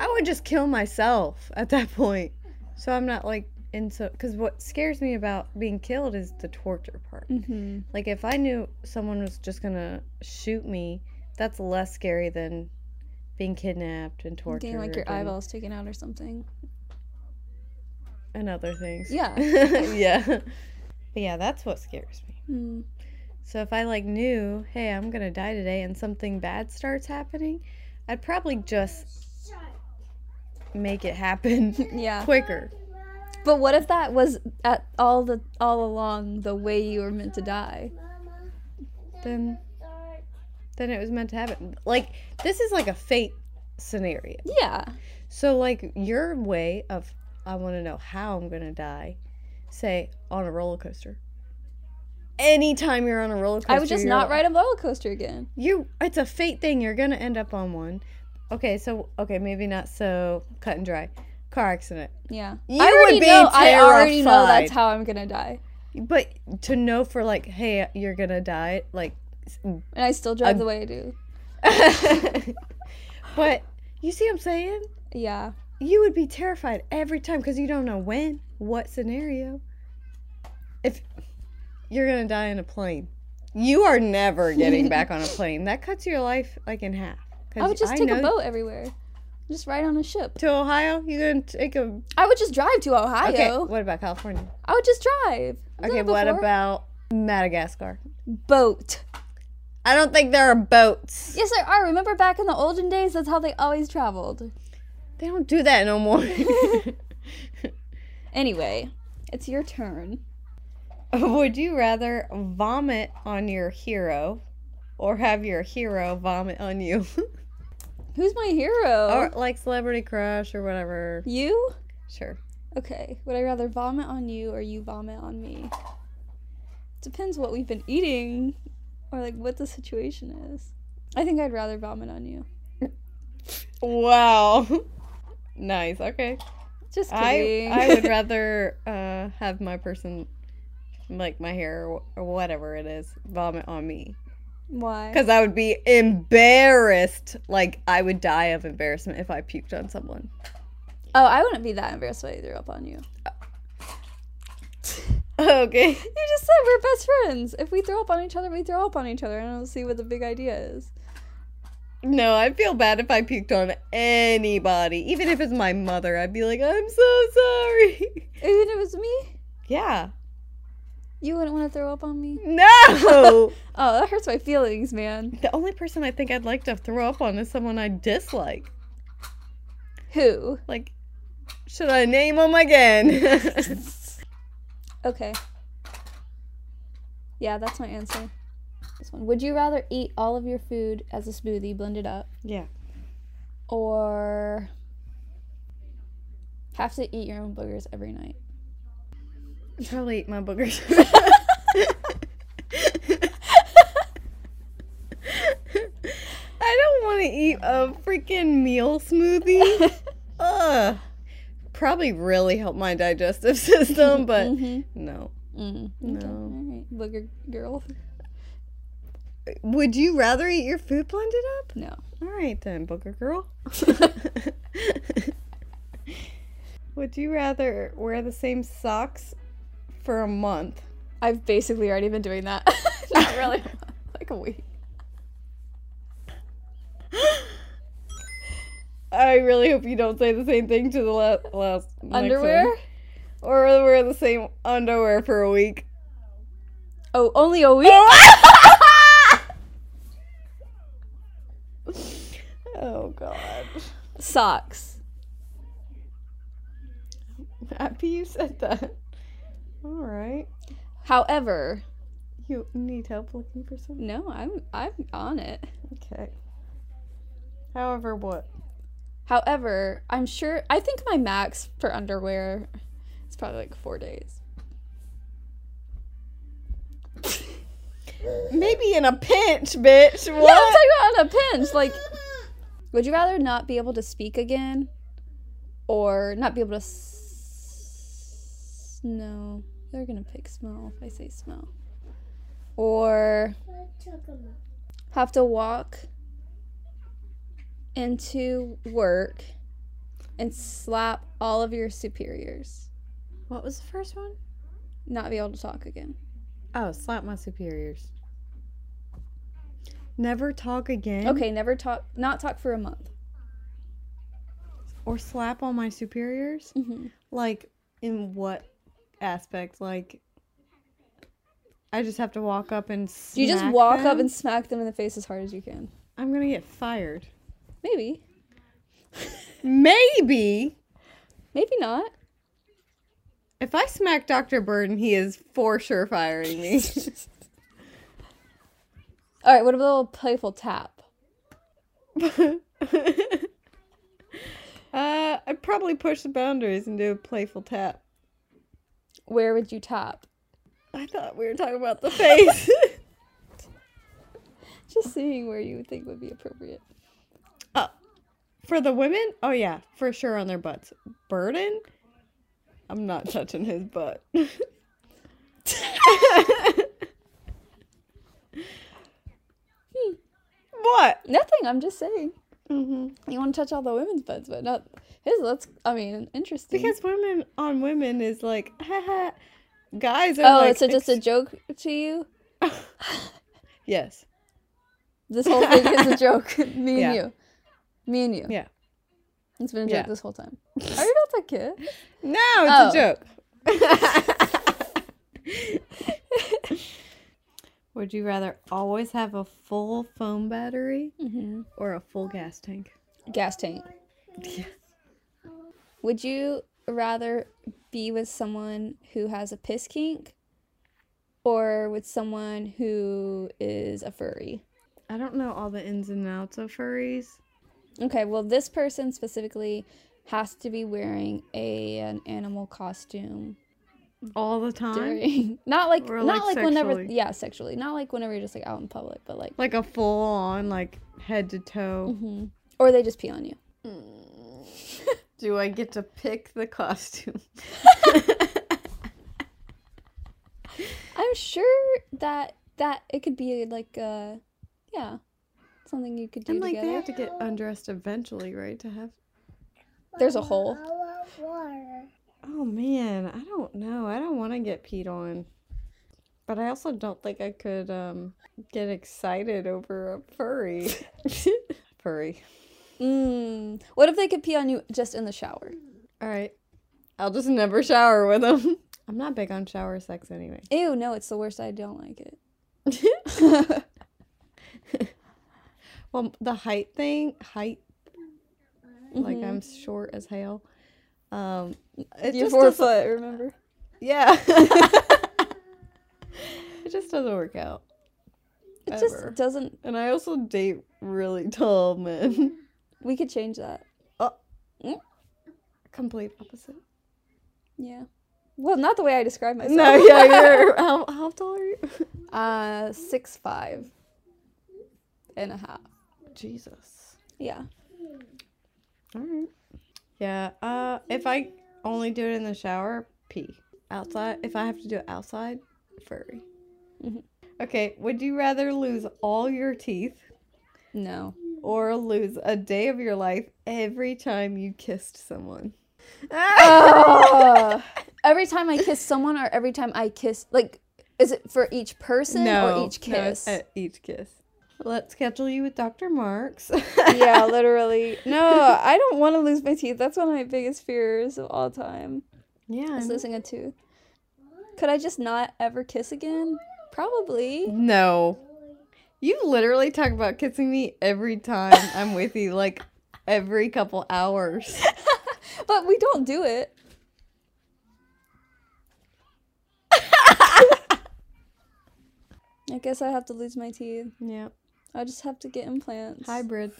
I would just kill myself at that point. So I'm not like in so because what scares me about being killed is the torture part.
Mhm.
Like if I knew someone was just gonna shoot me, that's less scary than being kidnapped and tortured
Getting like your
and,
eyeballs taken out or something.
and other things.
Yeah.
yeah. But yeah, that's what scares me.
Mm.
So if I like knew, hey, I'm gonna die today, and something bad starts happening, I'd probably just make it happen
Yeah.
quicker.
But what if that was at all the all along the way you were meant to die?
Mama,
Then
sorry.
then it was meant to happen. Like this is like a fate scenario.
Yeah.
So like your way of I want to know how I'm going to die, say on a roller coaster. Anytime you're on a roller coaster,
I would just
you're
not
like-
ride a roller coaster again.
You it's a fate thing. You're going to end up on one. Okay, so okay, maybe not so cut and dry. Car accident.
Yeah.
You
I already
would be
know I already know
terrified.
that's how I'm gonna die.
But to know for like, hey, you're going to die, like
And I still drive
Ag-
the way I do.
But you see what I'm saying?
Yeah.
you would be terrified every time because you don't know when, what scenario. If you're gonna die in a plane, you are never getting back on a plane. That cuts your life like in half. 'Cause
I would just take
know
a boat everywhere. Just ride on a ship.
to Ohio. You're gonna take a
I would just drive to Ohio.
okay. What about California?
I would just drive. I've done
Okay,
it
what
before.
about Madagascar?
boat?
I don't think there are boats.
Yes, there are. Remember back in the olden days, that's how they always traveled.
They don't do that no more.
Anyway, it's your turn.
Would you rather vomit on your hero, or have your hero vomit on you?
Who's my hero?
Or like celebrity crush or whatever.
you?
Sure.
Okay. Would I rather vomit on you or you vomit on me? Depends what we've been eating or like what the situation is. I think I'd rather vomit on you.
Wow. nice. Okay.
Just
I
kidding.
I would rather uh, have my person, like my hair or wh- or whatever it is, vomit on me
Why?
because I would be embarrassed. Like I would die of embarrassment if I puked on someone.
Oh, I wouldn't be that embarrassed if I threw up on you.
Okay.
You just said we're best friends. If we throw up on each other, we throw up on each other. I don't see what the big idea is.
No, I feel bad if I puked on anybody, even if it's my mother. I'd be like, I'm so sorry.
Even if it was me,
yeah.
you wouldn't want to throw up on me.
No.
Oh, that hurts my feelings, man.
The only person I think I'd like to throw up on is someone I dislike.
Who?
Like, should I name them again?
Okay. Yeah, that's my answer. This one. Would you rather eat all of your food as a smoothie blended up
yeah.
or have to eat your own boogers every night?
Probably eat my boogers. I don't want to eat a freaking meal smoothie. Ugh. Probably really help my digestive system, but
Mhm.
no.
Mm, okay.
No.
All right. Booger girl.
Would you rather eat your food blended up?
No.
All right then, Booker girl. Would you rather wear the same socks for a month?
I've basically already been doing that. Not really. like a week.
I really hope you don't say the same thing to the la- last next one.
Underwear?
or wear the same underwear for a week.
Oh, only a week?
Oh God!
Socks.
Happy you said that. All right.
However,
You need help looking for something.
no, I'm I'm on it.
Okay. However, what?
However, I'm sure I think my max for underwear is probably like 4 days.
Maybe in a pinch, bitch. What?
No, I'm talking about on a pinch. Like, would you rather not be able to speak again, or not be able to? S- no, they're gonna pick smell if I say smell. Or have to walk into work and slap all of your superiors.
What was the first one?
Not be able to talk again.
Oh, slap my superiors. Never talk again.
Okay, never talk. Not talk for a month.
Or slap all my superiors.
Mhm.
Like, in what aspect? Like, I just have to walk up and. Smack
You just walk up
them?
and smack them in the face as hard as you can.
I'm gonna get fired.
Maybe.
Maybe
Maybe not.
if I smack Dr. Burden, he is for sure firing me.
All right, what about a little playful tap?
uh, I'd probably push the boundaries and do a playful tap.
Where would you tap?
I thought we were talking about the face.
Just seeing where you would think would be appropriate.
Uh, For the women? Oh, yeah, for sure on their butts. Burden? I'm not touching his butt. what?
Nothing, I'm just saying.
Mm-hmm.
You want to touch all the women's butts, but not his. That's, I mean, interesting.
Because women on women is like, haha. Guys are
oh,
like,
so just a
ex-
joke to you?
yes.
This whole thing is a joke. Me
Yeah.
and you. Me and you.
Yeah.
It's been a joke
Yeah.
this whole time. Are you not that kid?
No, it's
Oh.
a joke. Would you rather always have a full phone battery
Mm-hmm.
or a full gas tank?
Gas tank. Would you rather be with someone who has a piss kink or with someone who is a furry?
I don't know all the ins and outs of furries.
Okay, well, this person specifically has to be wearing a an animal costume
All the time?
during not like
Or,
not like,
like,
whenever
sexually.
yeah sexually not like whenever you're just like out in public but like
Like a full on, like head to toe.
mhm. or they just pee on you
Do I get to pick the costume?
I'm sure that that it could be like uh yeah something you could do
and like
together
they have to get undressed eventually, right? To have
there's a hole
Oh man, I don't know. I don't want to get peed on. But I also don't think I could um get excited over a furry. furry.
Mm. What if they could pee on you just in the shower?
All right. I'll just never shower with them. I'm not big on shower sex anyway.
Ew, no, it's the worst. I don't like it.
Well, the height thing, height like
Mhm.
I'm short as hell. Um it
You're
just
four
doesn't,
foot, remember?
yeah. it just doesn't work out.
It
Ever.
just doesn't.
And I also date really tall men.
We could change that.
Complete opposite.
Yeah. Well, not the way I describe myself.
No, yeah, you're. How, how tall are you?
Uh, six five and a half.
Jesus.
Yeah.
All right. Yeah. Uh, if I only do it in the shower, pee. Outside, if I have to do it outside, furry.
Mhm.
Okay, would you rather lose all your teeth
No.
or lose a day of your life every time you kissed someone? Ah!
Ugh. every time I kiss someone, or every time I kiss, like, is it for each person or each
no, it's
kiss?
at each kiss. Let's schedule you with Dr. Marks.
yeah, literally. No, I don't want to lose my teeth. That's one of my biggest fears of all time.
Yeah.
Is losing a tooth. Could I just not ever kiss again? Probably.
No. You literally talk about kissing me every time I'm with you, like every couple hours.
But we don't do it. I guess I have to lose my teeth.
yeah.
I just have to get implants.
Hybrid.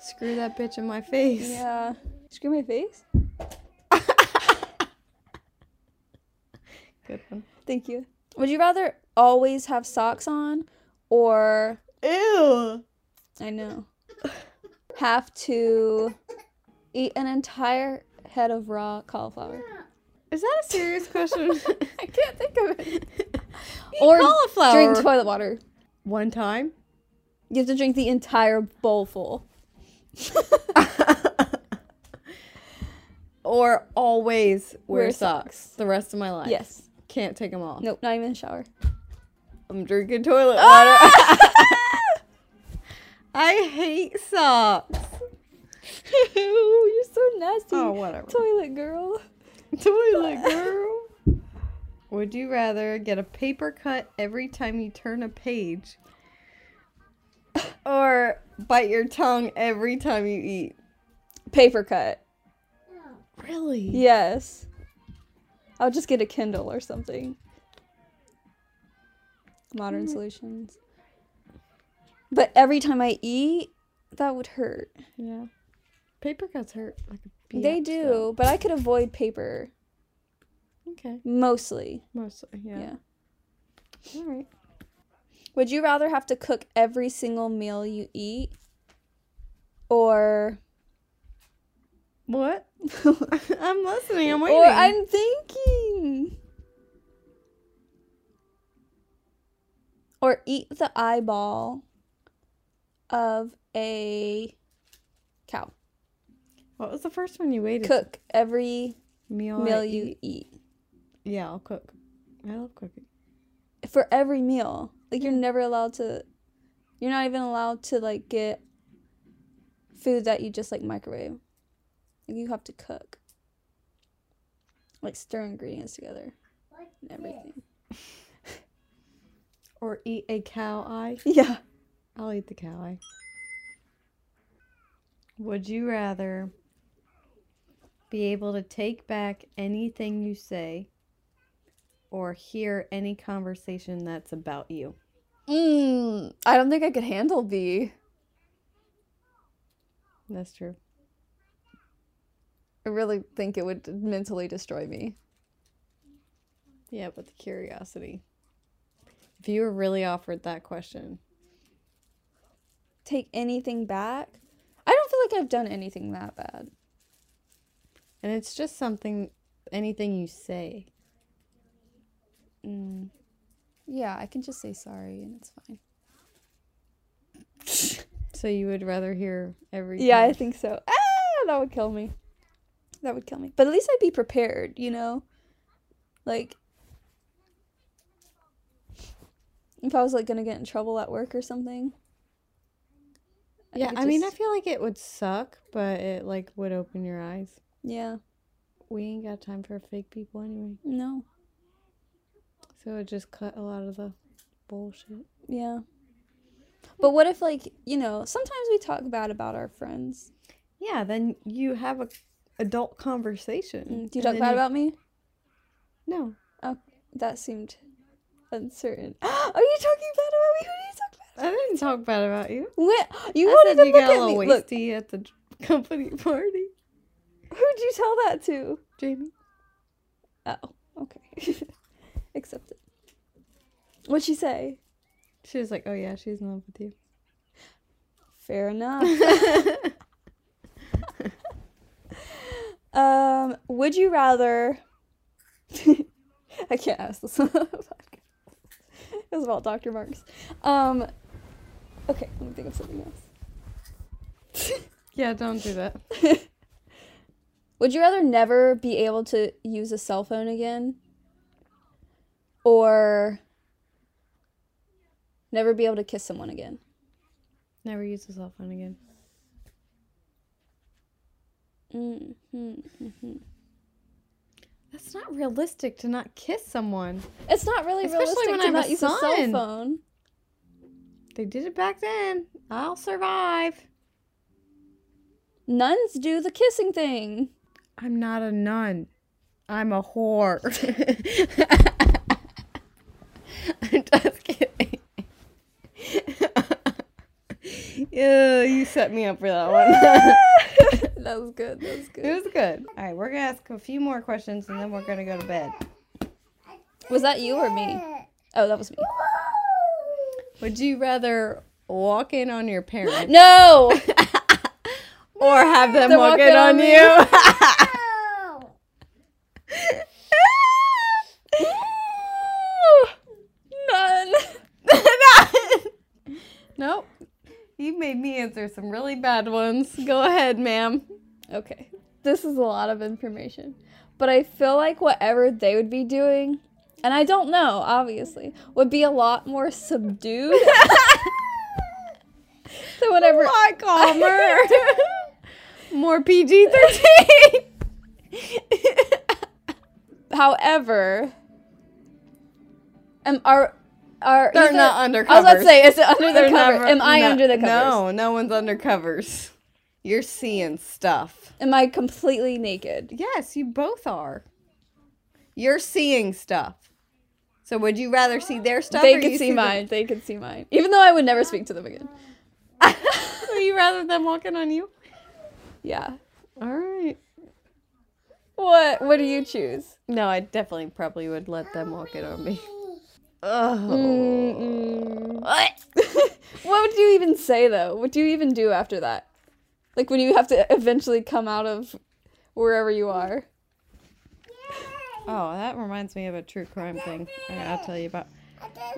Screw that bitch in my face.
Yeah. Screw my face?
Good one.
Thank you. Would you rather always have socks on or
Ew.
I know. Have to eat an entire head of raw cauliflower.
Is that a serious question?
I can't think of it.
or
Or
cauliflower.
Drink toilet water.
one time.
You have to drink the entire bowl full.
or always wear,
Wear
socks. the rest of my life.
Yes.
Can't take them off.
Nope, not even a shower.
I'm drinking toilet water. I hate socks.
You're so nasty.
Oh, whatever.
Toilet girl.
Toilet girl. Would you rather get a paper cut every time you turn a page or bite your tongue every time you eat?
Paper cut.
Really?
Yes. I'll just get a Kindle or something. Modern solutions. But every time I eat, that would hurt.
Yeah. Paper cuts hurt like a bee.
they do, but I could avoid paper
Okay.
mostly.
Mostly. Yeah.
yeah.
All right.
Would you rather have to cook every single meal you eat or
What?
or
I'm listening. I'm waiting.
I'm thinking or eat the eyeball of a cow.
What was the first one you waited?
Cook every
Meal. I
meal
eat.
you eat.
Yeah, I'll cook. I love cooking.
For every meal. Like you're never allowed to you're not even allowed to like get food that you just like microwave. Like you have to cook. Like stir ingredients together and everything.
Or eat a cow eye.
Yeah.
I'll eat the cow eye. Would you rather be able to take back anything you say or hear any conversation that's about you?
Mm, I don't think I could handle B.
That's true.
I really think it would mentally destroy me.
Yeah, but the curiosity. If you were really offered that question,
Take anything back? I don't feel like I've done anything that bad.
and it's just something, anything you say.
Mm. Yeah, I can just say sorry and it's fine.
So you would rather hear every.
Yeah, I
conver-
think so. Ah, that would kill me. That would kill me. But at least I'd be prepared, you know? Like, if I was, like, gonna get in trouble at work or something.
Yeah,
could
I mean, I
just-
feel like it would suck, but it like would open your eyes.
Yeah,
We ain't got time for fake people anyway.
no.
So it just cut a lot of the bullshit.
Yeah. But what if, like, you know, sometimes we talk bad about our friends.
Yeah, then you have a adult conversation.
Mm, Do you
and
talk
then
bad about me?
No.
That seemed uncertain. Are you talking bad about me? Who do you talk bad
I didn't talk bad about you.
What? You
I
won't
said
even
you
look
got a
at
little
me. Look,
wasty at the d- company party.
who'd you tell that to?
Jamie.
Oh, okay. Accept it. What'd she say?
She was like, Oh yeah, she's in love with you.
Fair enough. um, would you rather? I can't ask this. on the podcast. It was about Dr. Marks. Um, okay, let me think of something else.
Yeah, don't do that.
Would you rather never be able to use a cell phone again? Or never be able to kiss someone again?
Never use a cell phone again.
mm mm, mm
That's not realistic to not kiss someone.
It's not really
Especially
realistic
when
to
I have a
not use a cell
son.
phone.
They did it back then. I'll survive.
Nuns do the kissing thing.
I'm not a nun. I'm a whore. I'm just kidding. Ew, you set me up for that one.
That was good. That was good.
it was good. All right, we're gonna ask a few more questions and then we're gonna go to bed.
Was that you or me? Oh, that was me.
Would you rather walk in on your parents
No!
or have them
They're
walk, in
walking
on,
on me.
you?
Oh.
None.
nope. You made me answer some really bad ones. Go ahead, ma'am.
Okay. This is a lot of information. But I feel like whatever they would be doing, and I don't know, obviously, would be a lot more subdued than whatever.
lot calmer. More PG 13.
However, am, are. Are,
They're
either-
not under
I was about to
covers.
say, is it under the
They're
cover?
never-
Am I
no-
under the covers?
No, no one's under covers. You're seeing stuff.
Am I completely naked?
Yes, you both are. You're seeing stuff. So would you rather see their stuff?
they
or
could
you
see
the-
mine. They could see mine. Even though I would never speak to them again.
would you rather them walking on you?
Yeah.
All right.
What? What do you choose?
No, I definitely probably would let them walk in on me.
Mm-mm.
Oh.
What? what would you even say though? What do you even do after that? Like when you have to eventually come out of wherever you are.
Oh, that reminds me of a true crime thing. All right, I'll tell you about.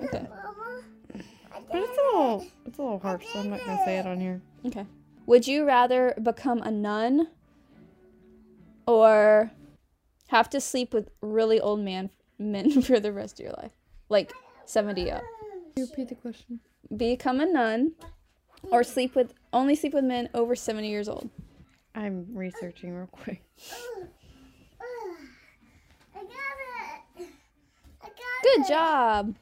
Okay.
But it's a little, it's a little harsh, so I'm not gonna say it on here.
Okay. Would you rather become a nun or have to sleep with really old man men for the rest of your life? Like 70 up.
you repeat the question?
Become a nun or sleep with only sleep with men over 70 years old.
I'm researching real quick.
I got it. I got
Good
it.
job.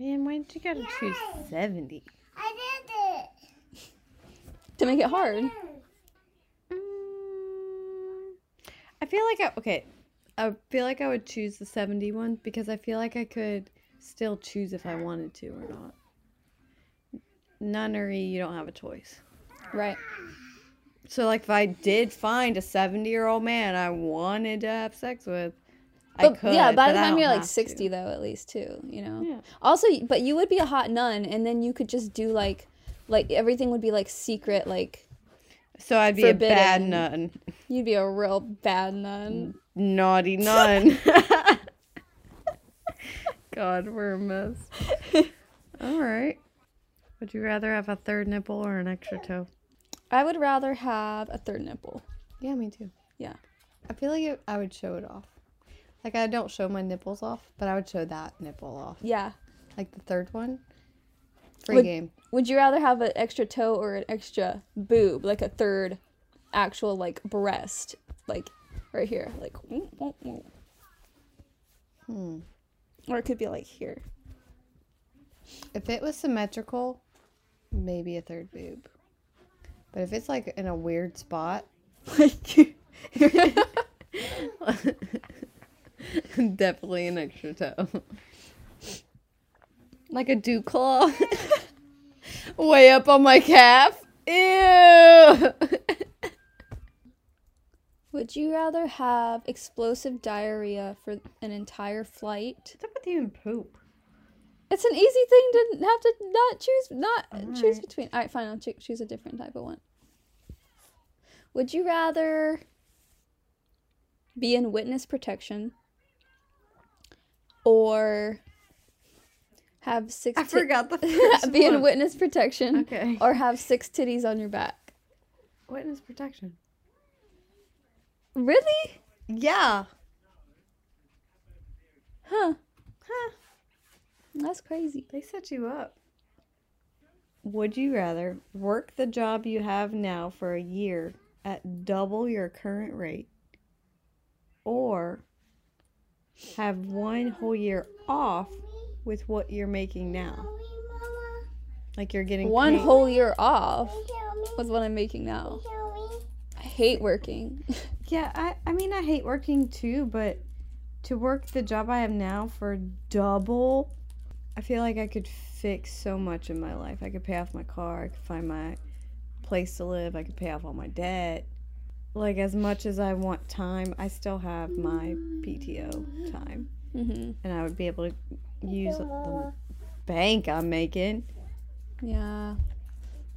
Man, why did you gotta choose seventy?
I did it.
To make it hard.
Mm, I feel like I okay. I feel like I would choose the seventy one because I feel like I could still choose if I wanted to or not. Nunnery, you don't have a choice.
Right.
So like, if I did find a seventy-year-old man I wanted to have sex with, I
But
could.
yeah, by
but
the
I
time
don't
you're
have
like
to.
60 though at least too, you know.
Yeah.
Also, but you would be a hot nun and then you could just do like like everything would be like secret like
so I'd be a bad
forbidden.
nun.
You'd be a real bad nun.
Naughty nun. God, we're a mess. All right. Would you rather have a third nipple or an extra toe?
I would rather have a third nipple.
Yeah, me too.
Yeah.
I feel like it, I would show it off. Like I don't show my nipples off, but I would show that nipple off.
Yeah.
Like the third one. Free
Would-
game.
Would you rather have an extra toe or an extra boob, like a third actual like breast, like right here, like mm, mm, mm.
Hmm.
or it could be like here.
If it was symmetrical, maybe a third boob. But if it's like in a weird spot,
Like
Definitely an extra toe. Like a dew claw. Way up on my calf. Ew.
Would you rather have explosive diarrhea for an entire flight?
What's up with you and poop?
It's an easy thing to have to not choose, not choose
Alright.
between. All right, fine. I'll choo- choose a different type of one. Would you rather be in witness protection or have six.
I
ti-
forgot the first
be in
one.
witness protection,
Okay.
or have six titties on your back.
Witness protection.
Really?
Yeah.
Huh?
Huh.
That's crazy.
They set you up. Would you rather work the job you have now for a year at double your current rate or have one whole year off with what you're making now?
Mommy, Mama,
Like you're getting
One
paid-
whole year off
tell me,
with what I'm making now.
tell me.
I hate working.
Yeah, I, I mean, I hate working too, but to work the job I have now for double, I feel like I could fix so much in my life. I could pay off my car, I could find my place to live, I could pay off all my debt. Like, as much as I want time, I still have my PTO time,
hmm
and I would be able to use the bank I'm making.
Yeah.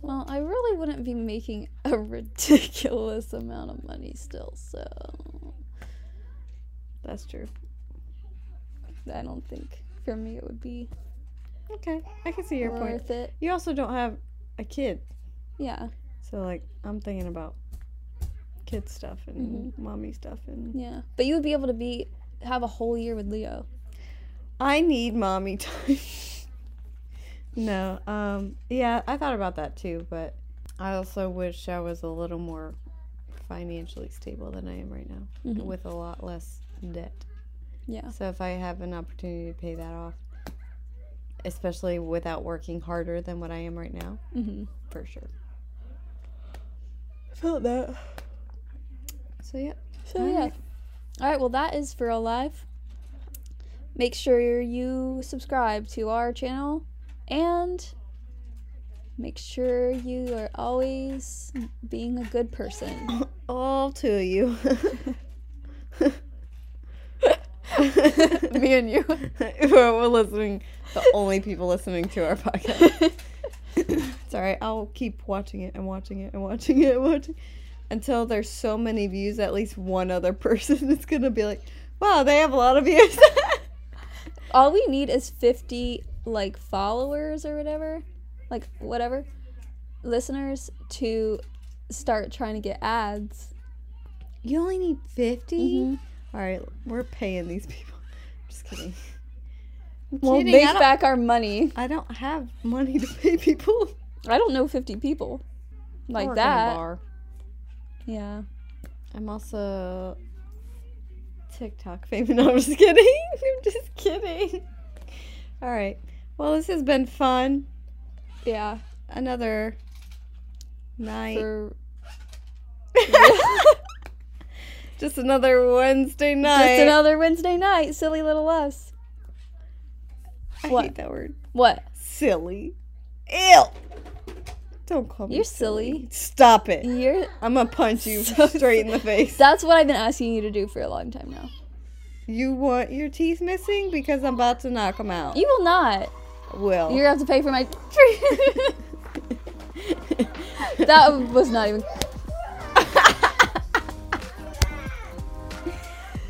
Well, I really wouldn't be making a ridiculous amount of money still, so
That's true.
I don't think for me it would be
Okay, I can see your point.
worth it.
You also don't have a kid.
Yeah.
So like I'm thinking about kid stuff and mommy stuff and
Yeah. But you would be able to be have a whole year with Leo.
I need mommy time. no, um yeah, I thought about that too, but I also wish I was a little more financially stable than I am right now
Mhm.
with a lot less debt.
Yeah.
So if I have an opportunity to pay that off, especially without working harder than what I am right now,
hmm
for sure. Felt that. So yeah.
So
All
yeah.
right.
All right. Well, that is for all live. Make sure you subscribe to our channel, and make sure you are always being a good person.
All two of you.
Me and you.
We're listening, the only people listening to our podcast. Sorry, I'll keep watching it and watching it and watching it and watching until there's so many views, at least one other person is going to be like, wow, they have a lot of views.
All we need is fifty like followers or whatever, like whatever, listeners to start trying to get ads.
you only need 50?
Mhm.
All right, we're paying these people. Just kidding. I'm
We'll
kidding. I
make
don't-
back our money.
I don't have money to pay people.
I don't know fifty people
I
like
work in a
that.
bar.
Yeah.
I'm also TikTok famous. No, I'm just kidding. I'm just kidding. All right. Well, this has been fun.
Yeah.
Another night.
For
just another Wednesday night.
Just another Wednesday night, silly little us.
I
what?
hate that word.
What?
Silly. Ew. Don't call me.
You're Mm. silly.
Stop it.
You're
I'm gonna punch you straight in the face.
that's what I've been asking you to do for a long time now.
You want your teeth missing because I'm about to knock them out.
You will not.
Will.
You're gonna have to pay for my treat. that was not even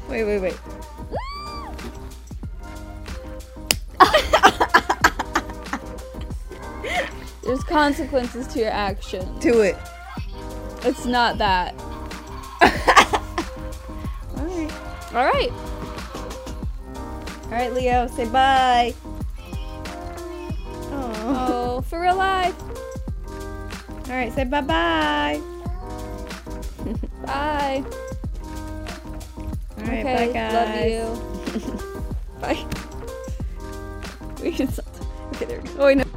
Wait, wait, wait.
there's consequences to your actions.
Do it.
It's not that.
All right.
Alright.
All right, Leo, say bye. Oh.
Oh, for real life.
All right, say bye bye.
Bye.
All right,
okay.
bye guys.
Love you. Bye. We can stop. Okay, there we go. Oh, I know.